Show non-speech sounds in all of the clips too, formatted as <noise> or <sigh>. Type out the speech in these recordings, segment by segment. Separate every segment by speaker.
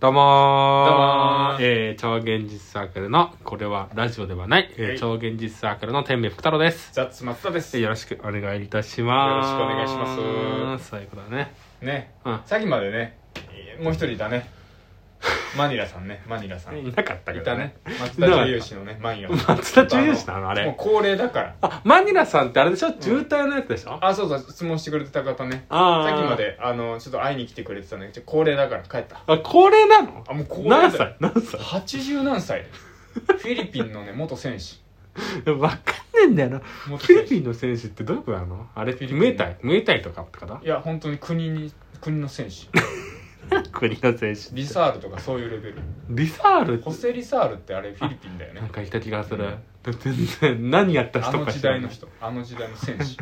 Speaker 1: どうもー
Speaker 2: どうもー
Speaker 1: えー、超現実サークルの、これはラジオではない、えー
Speaker 2: はい
Speaker 1: 超現実サークルの天命福太郎です。
Speaker 2: ザッツ松田です
Speaker 1: えーよろしくお願いいたします。。
Speaker 2: よろしくお願いします
Speaker 1: そういうことだね。
Speaker 2: ね、
Speaker 1: うん
Speaker 2: さっきまでねえーもう一人いたねマニラさんねマニラさんい
Speaker 1: いなかったけど
Speaker 2: た
Speaker 1: ね
Speaker 2: ね。松田重吉のねマニラ
Speaker 1: 松田重義なのあれ
Speaker 2: もう恒例だから
Speaker 1: あ、マニラさんってあれでしょ渋滞のやつでしょ、
Speaker 2: あそうそう質問してくれてた方ね
Speaker 1: あー
Speaker 2: さっきま。であのちょっと会いに来てくれてたんだけどちょ恒例だから帰った
Speaker 1: あ、これなの
Speaker 2: あもう恒例だ
Speaker 1: 何歳何歳
Speaker 2: 80
Speaker 1: <laughs>
Speaker 2: 何歳フィリピンのね元戦士
Speaker 1: わかんねえんだよな。フ
Speaker 2: もう
Speaker 1: ィリピンの選手ってどういうことなのあれ、
Speaker 2: フィリピン
Speaker 1: ムエタイムエタイとかって方
Speaker 2: いや本当に国に国の戦士
Speaker 1: 国の選手
Speaker 2: リサールとかそういうレベル
Speaker 1: リサール
Speaker 2: ホセ・リサールってあれフィリピンだよ
Speaker 1: なん
Speaker 2: ね
Speaker 1: かいた気がする。全然、何やった
Speaker 2: あ
Speaker 1: 人
Speaker 2: の
Speaker 1: か
Speaker 2: 時
Speaker 1: 知ら
Speaker 2: 代
Speaker 1: な
Speaker 2: の
Speaker 1: い。
Speaker 2: 人あの時代の
Speaker 1: <laughs>
Speaker 2: 戦士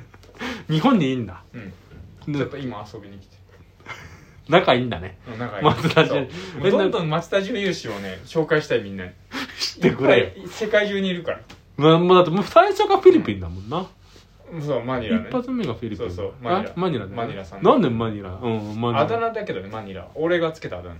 Speaker 1: 日本にいいんだ。
Speaker 2: うん
Speaker 1: で
Speaker 2: ちょっと今遊びに来て
Speaker 1: 仲いいんだね。
Speaker 2: う
Speaker 1: <laughs>
Speaker 2: ん仲いい
Speaker 1: 松田
Speaker 2: そう
Speaker 1: 純
Speaker 2: もうどんどん松田純勇士をね紹介したいみんなに
Speaker 1: <laughs> 知ってくれよ
Speaker 2: いっぱい世界中にいるから
Speaker 1: まもうだってもう最初がフィリピンだもんな。
Speaker 2: そうマニラね
Speaker 1: 一発目がフィリピン。
Speaker 2: そうそうマニラ
Speaker 1: あマニラだよね
Speaker 2: マニラさん
Speaker 1: なんでマニラうん、マニラ。
Speaker 2: あだ名だけどねマニラ俺がつけたあだ
Speaker 1: い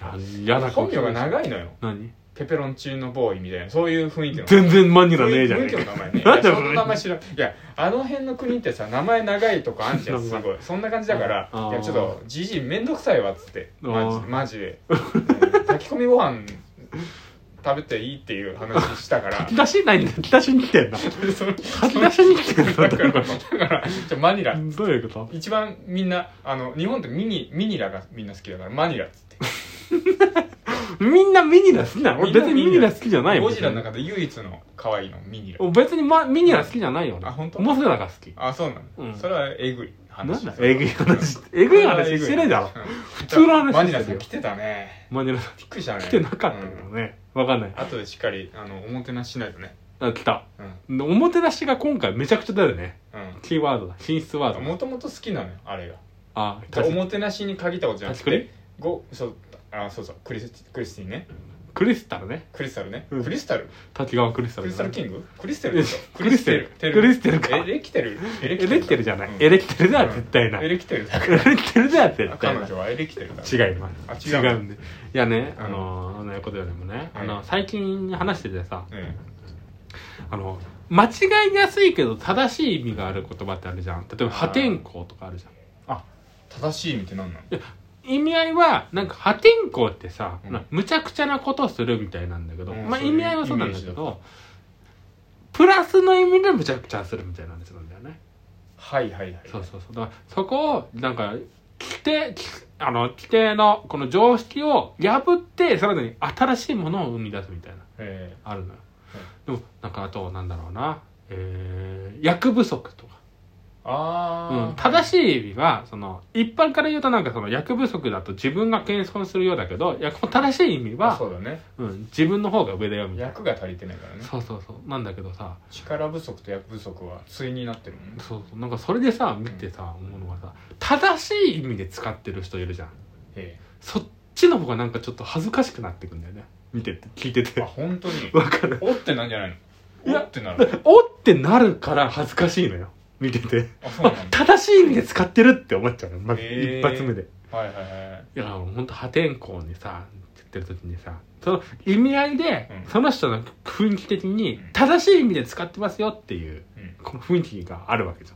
Speaker 1: や、嫌
Speaker 2: 名
Speaker 1: な
Speaker 2: 本名が
Speaker 1: い。
Speaker 2: 長いのよ
Speaker 1: 何
Speaker 2: ペペロンチーノボーイみたいなそういう雰囲気の
Speaker 1: 全然マニラねえじゃね
Speaker 2: 雰囲気の名前ね
Speaker 1: えか。なん
Speaker 2: い
Speaker 1: で
Speaker 2: やその名前知らんいやあの辺の国ってさ名前長いとこあんじゃんすごいそんな感じだから
Speaker 1: あー
Speaker 2: いやちょっとじじいめんどくさいわっつって
Speaker 1: あ
Speaker 2: マジ
Speaker 1: ー
Speaker 2: マジで炊き込みご飯食べていいっていう話したから
Speaker 1: 書き出しないんだ。書き出しに来てんだ。書
Speaker 2: その
Speaker 1: き出しに来てんだ。
Speaker 2: だ
Speaker 1: ど
Speaker 2: からだからじゃあマニラ
Speaker 1: ういうこと
Speaker 2: 一番みんなあの日本ってミニミニラがみんな好きだからマニラっつって
Speaker 1: みんなミニラ好きなの俺別にミニラ好きじゃないもん。
Speaker 2: ゴジラの中で唯一の可愛いのミニラ
Speaker 1: 俺別に、ま、ミニラ好きじゃないよ。俺
Speaker 2: あ本当
Speaker 1: モスラが好き。
Speaker 2: あそうなの、
Speaker 1: うん
Speaker 2: それはえぐい
Speaker 1: なん
Speaker 2: 話
Speaker 1: だえぐい話。えぐい話してないだろ。
Speaker 2: 普
Speaker 1: 通の話
Speaker 2: マニラさん来てたね
Speaker 1: マニラさん
Speaker 2: びっくりしたね
Speaker 1: 来てなかったけど
Speaker 2: うん
Speaker 1: ね。わかんない。
Speaker 2: 後でしっかりあのおもてなししないとね
Speaker 1: あ、来た。
Speaker 2: うん
Speaker 1: おもてなしが今回めちゃくちゃ出るね。
Speaker 2: う
Speaker 1: キーワードだ。進出ワー
Speaker 2: ん
Speaker 1: ドだ。
Speaker 2: もともと好きなのよあれが
Speaker 1: あ、
Speaker 2: じゃあお
Speaker 1: 立ち
Speaker 2: もてなしに限ったことじゃなく
Speaker 1: 立ちくり
Speaker 2: てごそうあそうそうクリスクリスティンね
Speaker 1: クリスタルね。
Speaker 2: クリスタルね、
Speaker 1: うん
Speaker 2: クリスタル
Speaker 1: 立川クリスタ
Speaker 2: ク
Speaker 1: ル
Speaker 2: リ
Speaker 1: ね。
Speaker 2: スタルキングクリステルでしょ
Speaker 1: クリステルクリステルか
Speaker 2: エレキテルエ
Speaker 1: エ
Speaker 2: レ
Speaker 1: レキテルじゃない
Speaker 2: うん。
Speaker 1: エレキテルでは絶対ない。
Speaker 2: エ
Speaker 1: エレ
Speaker 2: レキテルだから
Speaker 1: キテルでは絶対
Speaker 2: 彼
Speaker 1: ない。
Speaker 2: 女はエレキテルだ
Speaker 1: 違います。
Speaker 2: あ違う
Speaker 1: 違うんで。いやね、
Speaker 2: うん
Speaker 1: あのー、あのことよりもね、あ
Speaker 2: う
Speaker 1: の、
Speaker 2: ん
Speaker 1: 最近話しててさ、
Speaker 2: うん
Speaker 1: あの、間違いやすいけど正しい意味がある言葉ってあるじゃん。例えば破天荒とかあるじゃん。
Speaker 2: 正しい意味って何なの
Speaker 1: 意味合いは、なんか破天荒ってさ、
Speaker 2: うん
Speaker 1: なむちゃくちゃなことするみたいなんだけど、
Speaker 2: うん
Speaker 1: まあ
Speaker 2: そうい
Speaker 1: 意
Speaker 2: う
Speaker 1: 味合いはそうなんだけ
Speaker 2: イメージだ
Speaker 1: ど、プラスの意味でむちゃくちゃするみたいな話なんだよね。
Speaker 2: はいはいはい
Speaker 1: そうそうそう。だからそこを、なんか、規定、規あの、規定のこの常識を破って、さらに新しいものを生み出すみたいな、
Speaker 2: え
Speaker 1: あるのよ。でも、なんかあと、なんだろうな、えー、役不足とか。
Speaker 2: ー、ああ、
Speaker 1: うん、正しい意味はその一般から言うとなんかその役不足だと自分が謙遜するようだけど役正しい意味
Speaker 2: は
Speaker 1: は
Speaker 2: そうだね
Speaker 1: う、ん、自分の方が上だよみたいな
Speaker 2: 役が足りてないからね
Speaker 1: そうそうそうなんだけどさ
Speaker 2: 力不足と役不足は対になってるもんね
Speaker 1: そうそうなんかそれでさ見てさ思うのがさ正しい意味で使ってる人いるじゃん
Speaker 2: え
Speaker 1: そっちの方がなんかちょっと恥ずかしくなってくんだよね見てて聞いて
Speaker 2: え
Speaker 1: て
Speaker 2: あ本当に
Speaker 1: わかる
Speaker 2: おってなんじゃない
Speaker 1: い
Speaker 2: の
Speaker 1: や
Speaker 2: おってなる
Speaker 1: おってなるから恥ずかしいのよ見てて
Speaker 2: あそう
Speaker 1: あ
Speaker 2: なんだ
Speaker 1: 正しい意味で使ってるって思っちゃうのまず
Speaker 2: へー
Speaker 1: 一発目で
Speaker 2: はいはいはい
Speaker 1: いや本当破天荒にさ言ってる時にさその意味合いで、
Speaker 2: うん
Speaker 1: その人の雰囲気的に
Speaker 2: うん
Speaker 1: 正しい意味で使ってますよっていう
Speaker 2: うん
Speaker 1: この雰囲気があるわけじゃ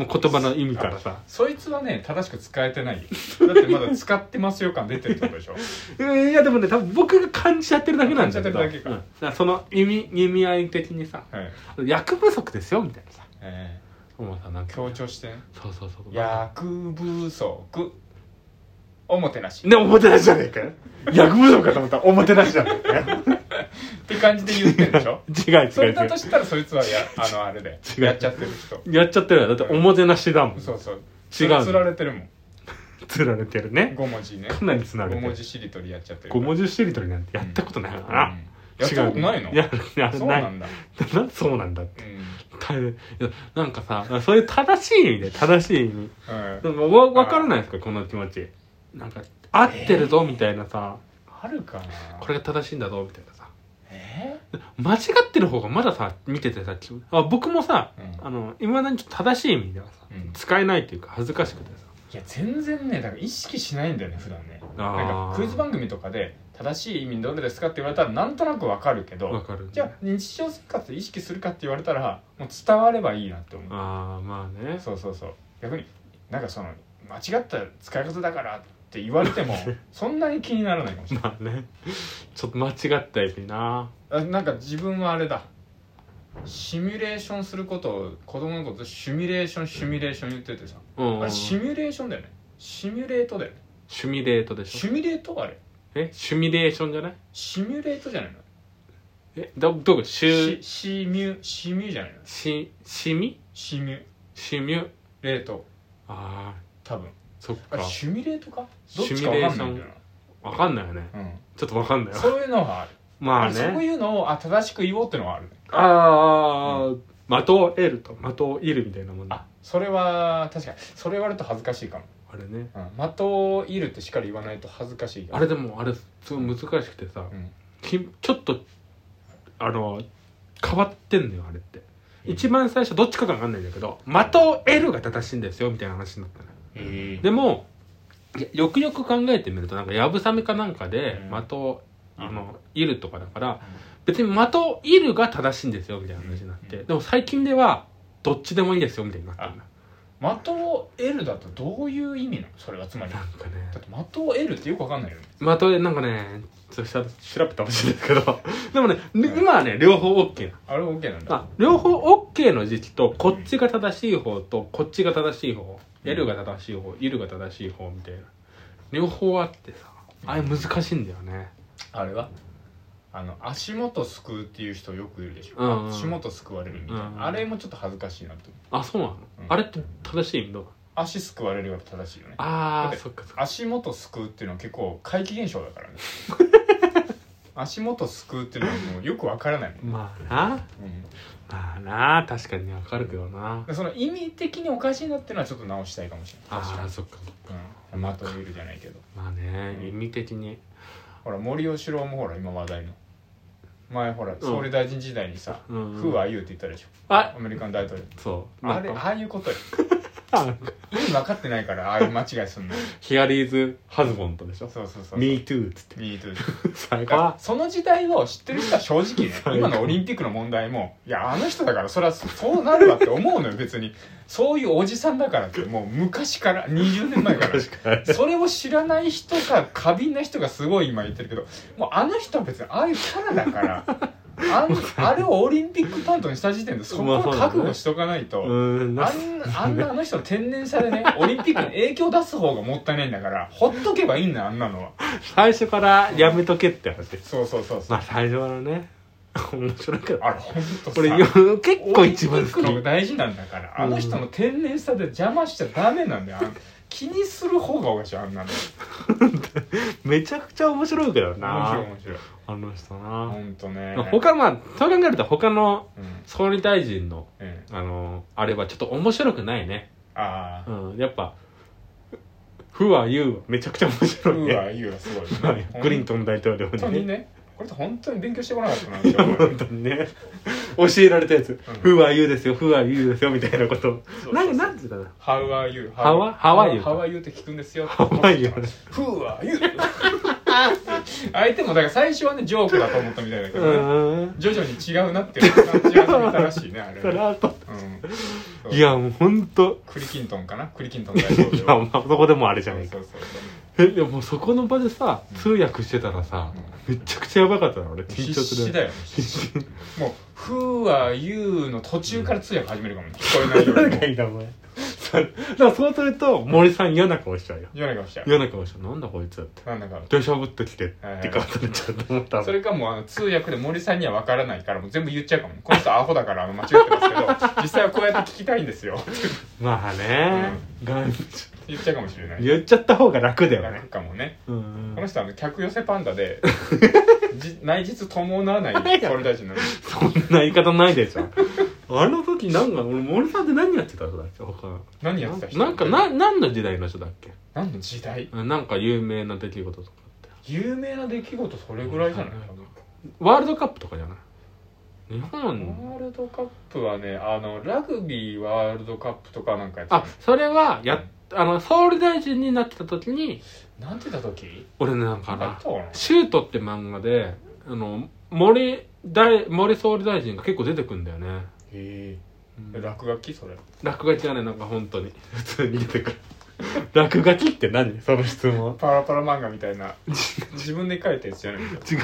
Speaker 1: んもう言葉の意味からさ
Speaker 2: そいつはね正しく使えてないよだってまだ使ってますよ感出てるってこと
Speaker 1: <laughs>
Speaker 2: でしょ
Speaker 1: いやいやでもね多分僕が感じちゃってるだけなんだけど
Speaker 2: 感じちゃってるだけか
Speaker 1: うんだからその意味意味合い的にさ
Speaker 2: はい、
Speaker 1: 役不足ですよみたいなさ
Speaker 2: え
Speaker 1: もうさなん
Speaker 2: え
Speaker 1: か
Speaker 2: 強調してね
Speaker 1: そうそうそう
Speaker 2: 役不足おもてなし
Speaker 1: ねおもてなしじゃねえかよ役不足かと思ったらおもてなしじゃねえか
Speaker 2: <laughs>
Speaker 1: よ
Speaker 2: って感じで言ってる
Speaker 1: <laughs>
Speaker 2: でしょ
Speaker 1: 違う
Speaker 2: そ
Speaker 1: 違う
Speaker 2: れ
Speaker 1: 違
Speaker 2: だ
Speaker 1: う
Speaker 2: としたらそいつはやあのあれで
Speaker 1: 違う
Speaker 2: やっちゃってる人
Speaker 1: やっちゃってるよだっておもてなしだもん
Speaker 2: そうそう
Speaker 1: 違うの
Speaker 2: つられてるもん
Speaker 1: つられてるね
Speaker 2: 5文字
Speaker 1: <laughs>
Speaker 2: ね
Speaker 1: かなりつながれて
Speaker 2: 5
Speaker 1: る
Speaker 2: 文字しりとりやっちゃってる
Speaker 1: 5文
Speaker 2: 字
Speaker 1: 字しりとりなんてやったことないからな、
Speaker 2: やったことないの
Speaker 1: 違うやや
Speaker 2: そう
Speaker 1: な
Speaker 2: ないんだ
Speaker 1: なそうなんだって
Speaker 2: う
Speaker 1: 大変いやなんかさそういう正しい意味で正しい意味
Speaker 2: んうん
Speaker 1: なんかわ分からないですかこの気持ちなんか合ってるぞみたいなさ、
Speaker 2: あるかな
Speaker 1: これが正しいんだぞみたいなさ
Speaker 2: え
Speaker 1: 間違ってる方がまださ見ててさ気持ちあ僕もさ
Speaker 2: うん
Speaker 1: あの今だにちょっと正しい意味ではさ、
Speaker 2: うん
Speaker 1: 使えないっていうか恥ずかしくてさ
Speaker 2: いや全然ねだから意識しないんだよね普段ね
Speaker 1: あー
Speaker 2: なんかクイズ番組とかで正しい意味どれですかって言われたらなんとなくわかるけ
Speaker 1: わ
Speaker 2: ど
Speaker 1: かる
Speaker 2: じゃあ日常生活で意識するかって言われたらもう伝わればいいなって思う
Speaker 1: ああまあね
Speaker 2: そうそうそう逆になんかその間違った使い方だからって言われて
Speaker 1: <laughs>
Speaker 2: もそんなに気にならないかもしれない
Speaker 1: まあねちょっと間違ったやつにな
Speaker 2: あなんか自分はあれだシミュレーションすることを子供のことシミュレーションシミュレーション言っててさ
Speaker 1: うん
Speaker 2: あれシミュレーションだよねシミュレートだよね
Speaker 1: シュミレートでし
Speaker 2: シ
Speaker 1: ょ
Speaker 2: ミュレートあれ
Speaker 1: えシュミレーションじゃない
Speaker 2: シミュレートじゃないの
Speaker 1: えどどこシ
Speaker 2: シ
Speaker 1: ュ
Speaker 2: シミュシミュじゃないの
Speaker 1: シシミ
Speaker 2: シミュ
Speaker 1: シミュ
Speaker 2: レート
Speaker 1: ああ
Speaker 2: 多分
Speaker 1: そっか
Speaker 2: あれシミュレートかどっちかわかんないんだよ
Speaker 1: わかんないよね
Speaker 2: な、
Speaker 1: ちょっとわかんな
Speaker 2: う
Speaker 1: い
Speaker 2: ん、
Speaker 1: よ
Speaker 2: そういうのはある
Speaker 1: まあ
Speaker 2: そう
Speaker 1: ね
Speaker 2: いうのをあ正しく言おうってのはある
Speaker 1: ああ的を得ると的を射るみたいなもんだ
Speaker 2: あそれは確かにそれ言われると恥ずかしいかも、
Speaker 1: あれね
Speaker 2: うん、的を射るってしっかり言わないと恥ずかしいか
Speaker 1: あ
Speaker 2: ら
Speaker 1: れでもあれすごい難しくてさ
Speaker 2: うん
Speaker 1: きちょっとあの変わってんのよあれって一番最初どっちかが分かんないんだけど的を得るが正しいんですよみたいな話になったのよ
Speaker 2: え
Speaker 1: でもいやよくよく考えてみるとなんかやぶさめかなんかで
Speaker 2: うん
Speaker 1: 的をあのいるとかだから別に的をいるが正しいんですよみたいな話になって
Speaker 2: うん
Speaker 1: でも最近ではどっちでもいいですよみたいになったんだ
Speaker 2: 的を得るだとどういう意味なのそれはつまりだ
Speaker 1: なんかね
Speaker 2: って的を得るってよくわかんないよね
Speaker 1: まあ、となんかね、ちょっと調べてほしいんですけど、 <laughs> でもね、今はね、両方 OK な。
Speaker 2: あれ OK なんだ
Speaker 1: あ、両方 OK の時期と、こっちが正しい方と、こっちが正しい方、L が正しい方、いるが正しい方みたいな。両方あってさ、あれ難しいんだよね。
Speaker 2: あれはあの足元すくうっていう人よくいるでしょ、
Speaker 1: うんうん
Speaker 2: 足元すくわれるみたいな、
Speaker 1: うん
Speaker 2: あれもちょっと恥ずかしいなと思う
Speaker 1: あ、そうなの
Speaker 2: うん
Speaker 1: あれって正しい意味どうなの
Speaker 2: 足すくわれるより正しいよね
Speaker 1: あ
Speaker 2: だっ
Speaker 1: ー、
Speaker 2: て
Speaker 1: そっかそっか。
Speaker 2: 足元すくうっていうのは結構怪奇現象
Speaker 1: <laughs>
Speaker 2: だからね足元すくうっていうのはもうよくわからないもん、
Speaker 1: まあな、
Speaker 2: う
Speaker 1: ま
Speaker 2: ん
Speaker 1: あな、確かにわかるけどな。
Speaker 2: でその意味的におかしいなっていうのはちょっと直したいかもしれない確
Speaker 1: あ
Speaker 2: か
Speaker 1: ー、
Speaker 2: に
Speaker 1: そっか。
Speaker 2: うん、まとめるじゃないけど
Speaker 1: まあね、意味的に。
Speaker 2: ほら森喜朗もほら今話題の前ほら総理大臣時代にさ「
Speaker 1: うんうん
Speaker 2: フーアユー」って言ったでしょ
Speaker 1: あ
Speaker 2: アメリカの大統領
Speaker 1: そう。
Speaker 2: あれ
Speaker 1: なん
Speaker 2: あ
Speaker 1: か
Speaker 2: あいうことよ
Speaker 1: あ
Speaker 2: 意味分かってないからああいう間違い
Speaker 1: <laughs>
Speaker 2: すんの
Speaker 1: ヒアリーズ・ハズボンとでしょ
Speaker 2: そうそうそう
Speaker 1: Me too っつって
Speaker 2: Me too
Speaker 1: 最高
Speaker 2: だから
Speaker 1: だ
Speaker 2: その時代を知ってる人は正直ね
Speaker 1: 最高
Speaker 2: 今のオリンピックの問題もいやあの人だからそれはそうなるわって思うのよ別にそういうおじさんだからってもう昔から20年前から
Speaker 1: 確かに
Speaker 2: それを知らない人か過敏な人がすごい今言ってるけどもうあの人は別にああいうキャラ
Speaker 1: <laughs>
Speaker 2: だからあんあれをオリンピック担当にした時点でそこを覚悟しとかないと、
Speaker 1: うーんな
Speaker 2: あんあんなあの人の天然さで
Speaker 1: <laughs>
Speaker 2: ねオリンピックに影響出す方がもったいないんだからほっとけばいいんだあんなのは
Speaker 1: 最初からやめとけって話です
Speaker 2: そうそうそうそう
Speaker 1: まあ最初のね面白いけど
Speaker 2: あれほんとさ
Speaker 1: 俺よ結構一番好
Speaker 2: オリンピックの方が
Speaker 1: き
Speaker 2: 大事なんだからあの人の天然さで邪魔しちゃダメなんだよあん気にする方がおかしいあんなの
Speaker 1: めちゃくちゃ面白いけど
Speaker 2: 面白い
Speaker 1: な
Speaker 2: 面白い
Speaker 1: あの人
Speaker 2: ほ
Speaker 1: なん
Speaker 2: とね
Speaker 1: 他まあそう考えると他の
Speaker 2: うん
Speaker 1: 総理大臣の
Speaker 2: うん
Speaker 1: あのあれはちょっと面白くないね
Speaker 2: ああ
Speaker 1: うんやっぱ「ふは言う」めちゃくちゃ面白いうね
Speaker 2: わいいわすごい
Speaker 1: クリントン大統領
Speaker 2: 本当
Speaker 1: に
Speaker 2: に
Speaker 1: ね
Speaker 2: ねこれって本当に勉強してこなかったない
Speaker 1: や <laughs> 本当にね教えられたやつ「
Speaker 2: う
Speaker 1: ふは言うですよふは言うですよ」みたいなこと
Speaker 2: そうそう
Speaker 1: 何何て言うかな
Speaker 2: How are you?
Speaker 1: How- how are you?
Speaker 2: ハワイユって聞くんですよ。
Speaker 1: How are you?
Speaker 2: Who are you? 相手もだから最初はねジョークだと思ったみたいだけ
Speaker 1: う
Speaker 2: どね、
Speaker 1: ーん
Speaker 2: 徐々に違うなっていう感じが見たらしいねあれ
Speaker 1: そ
Speaker 2: ね。
Speaker 1: らあと
Speaker 2: うんそう
Speaker 1: いやもうほんと
Speaker 2: クリキントンかなクリキントン大統
Speaker 1: い
Speaker 2: 領
Speaker 1: や <laughs> まあそこでもあれじゃない
Speaker 2: そ
Speaker 1: か
Speaker 2: うそうそう
Speaker 1: えでもそこの場でさ通訳してたらさめちゃくちゃやばかったな俺
Speaker 2: そう
Speaker 1: <laughs> 緊張
Speaker 2: 必
Speaker 1: す
Speaker 2: 死
Speaker 1: る
Speaker 2: だよもう「Who are you?」の途中から通訳始めるかもね聞こえないよう
Speaker 1: 誰
Speaker 2: に
Speaker 1: が
Speaker 2: も
Speaker 1: いいなお前そうだからそうすると森さん嫌な顔しちゃうよ
Speaker 2: 言わないかもしれない
Speaker 1: 嫌な顔しちゃうなんだこいつって
Speaker 2: なんだか
Speaker 1: でしゃぶってきてって顔されちゃうと思ったもん
Speaker 2: それかもうあの通訳で森さんには分からないからもう全部言っちゃうかもこの人アホだからあの間違ってま
Speaker 1: <laughs>
Speaker 2: すけど実際はこうやって聞きたいんですよって
Speaker 1: まあねがん
Speaker 2: 言っちゃうかもしれない
Speaker 1: 言っちゃった方が楽だよね
Speaker 2: 楽かもね
Speaker 1: うんうん
Speaker 2: この人はあの客寄せパン
Speaker 1: <laughs>
Speaker 2: ダでじ内実伴わない総理大臣なの
Speaker 1: そんな言い方ないでしょ。 <laughs> あの時なんか、俺、森さんって何やってた人だっけ他。
Speaker 2: 何やってた人
Speaker 1: なんか、な、何の時代の人だっけ
Speaker 2: 何の時代
Speaker 1: なんか有名な出来事とかって。
Speaker 2: 有名な出来事それぐらいじゃない
Speaker 1: うんワールドカップとかじゃない日本、
Speaker 2: ワールドカップはねあのラグビーワールドカップとかなんかやってた
Speaker 1: あ、それはやっあの総理大臣になってた時に
Speaker 2: なんて言った時
Speaker 1: 俺ねなんか
Speaker 2: なんか言
Speaker 1: な
Speaker 2: ったか
Speaker 1: 「
Speaker 2: な
Speaker 1: シュート」って漫画であの森大森総理大臣が結構出てくんだよね、
Speaker 2: へ
Speaker 1: うん
Speaker 2: え落書きそれ
Speaker 1: 落書きがねなんか本当に普通に出てくる落書きって何その質問
Speaker 2: パラパラ漫画みた
Speaker 1: <laughs>
Speaker 2: いな自分で書いたやつじゃないんだ
Speaker 1: 違う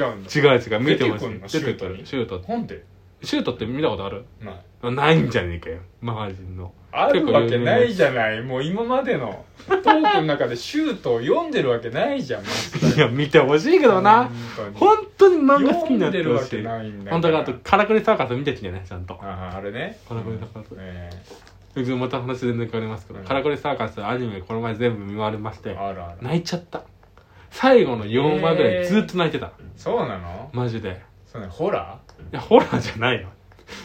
Speaker 1: 違う
Speaker 2: 違うんだ
Speaker 1: 違う違う見てほしい出
Speaker 2: 出
Speaker 1: て
Speaker 2: てく
Speaker 1: く
Speaker 2: ん
Speaker 1: る
Speaker 2: の
Speaker 1: シュート
Speaker 2: なんで
Speaker 1: シュートって見たことある
Speaker 2: ない
Speaker 1: あないんじゃねえかよマガジンの
Speaker 2: あるわけないじゃないもう今までのトークの中でシュートを読んでるわけないじゃんマジで
Speaker 1: いや見てほしいけどな
Speaker 2: 本
Speaker 1: 本当に
Speaker 2: 当
Speaker 1: 漫
Speaker 2: に
Speaker 1: 画好き
Speaker 2: 読
Speaker 1: になんっ
Speaker 2: で
Speaker 1: て
Speaker 2: る
Speaker 1: ほ
Speaker 2: わ
Speaker 1: し
Speaker 2: け
Speaker 1: い
Speaker 2: ないんだ
Speaker 1: 本当だあとカラクリサーカス見てきてねちゃんと
Speaker 2: あああれね
Speaker 1: カラクリサーカス
Speaker 2: ええ
Speaker 1: 別にまた話全然変わりますけど、
Speaker 2: うん
Speaker 1: カラクリサーカスアニメこの前全部見回りまして
Speaker 2: あるある
Speaker 1: 泣いちゃった最後の4話ぐら
Speaker 2: へー
Speaker 1: いずっと泣いてた、
Speaker 2: そうなの
Speaker 1: マジで
Speaker 2: そうねホラ
Speaker 1: いやホラーじゃないよ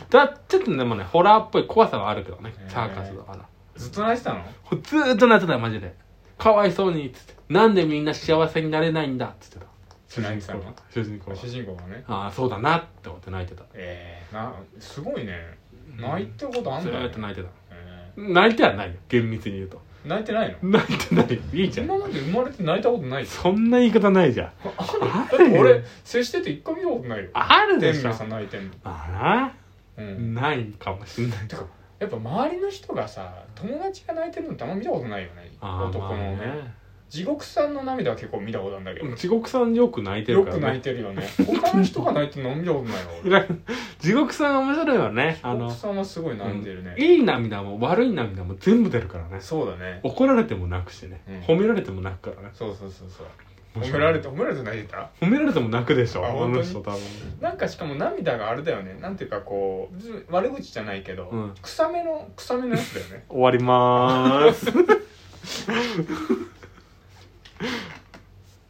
Speaker 1: だちょっとでもねホラーっぽい怖さはあるけどね
Speaker 2: へー
Speaker 1: サーカスだから
Speaker 2: ーずっと泣いてたの
Speaker 1: ほずーっと泣いてたよマジでかわいそうにっつってなんでみんな幸せになれないんだっつってた
Speaker 2: 泣いてたの
Speaker 1: 主人公が
Speaker 2: 主人公がね
Speaker 1: ああそうだなって思って泣いてた
Speaker 2: ええなすごいね泣いてることあん
Speaker 1: ず
Speaker 2: だね
Speaker 1: ーっと泣いてた
Speaker 2: え
Speaker 1: 泣いてはないよ厳密に言うと
Speaker 2: え泣いてないの
Speaker 1: 泣いてないよいいじゃん
Speaker 2: 今まで生まれて泣いたことない
Speaker 1: そんな言い方ないじゃん
Speaker 2: だって俺接してて一回見たことないよ
Speaker 1: ある
Speaker 2: 天
Speaker 1: でしょ
Speaker 2: 明さん泣いてんの
Speaker 1: あ
Speaker 2: う
Speaker 1: ら
Speaker 2: ん
Speaker 1: ないかもしんない
Speaker 2: てかやっぱ周りの人がさ友達が泣いてるのってあんま見たことないよね
Speaker 1: あー
Speaker 2: 男のね,、
Speaker 1: まあね
Speaker 2: 地獄さんの涙は結構見たことあるんだけど、
Speaker 1: 地獄さんよく泣いてる
Speaker 2: よ
Speaker 1: から、
Speaker 2: く
Speaker 1: ね、
Speaker 2: 泣いてるよね他の人が泣いてるの見たことないよ俺
Speaker 1: 地獄さん面白いよね <laughs> あ
Speaker 2: 地
Speaker 1: の
Speaker 2: 獄さんはすごい泣いてるね、
Speaker 1: いい涙も悪い涙も全部出るからね
Speaker 2: そうだね
Speaker 1: 怒られても泣くしね、
Speaker 2: うん
Speaker 1: 褒められても泣くからね
Speaker 2: そうそうそうそう褒められて褒められて泣いてた
Speaker 1: 褒められても泣くでしょ
Speaker 2: あ
Speaker 1: あ
Speaker 2: 本当に
Speaker 1: の人多分
Speaker 2: なんかしかも涙があれだよねなんていうかこう別に悪口じゃないけど、
Speaker 1: うん
Speaker 2: 臭めの臭めのやつだよね
Speaker 1: 終わりまーす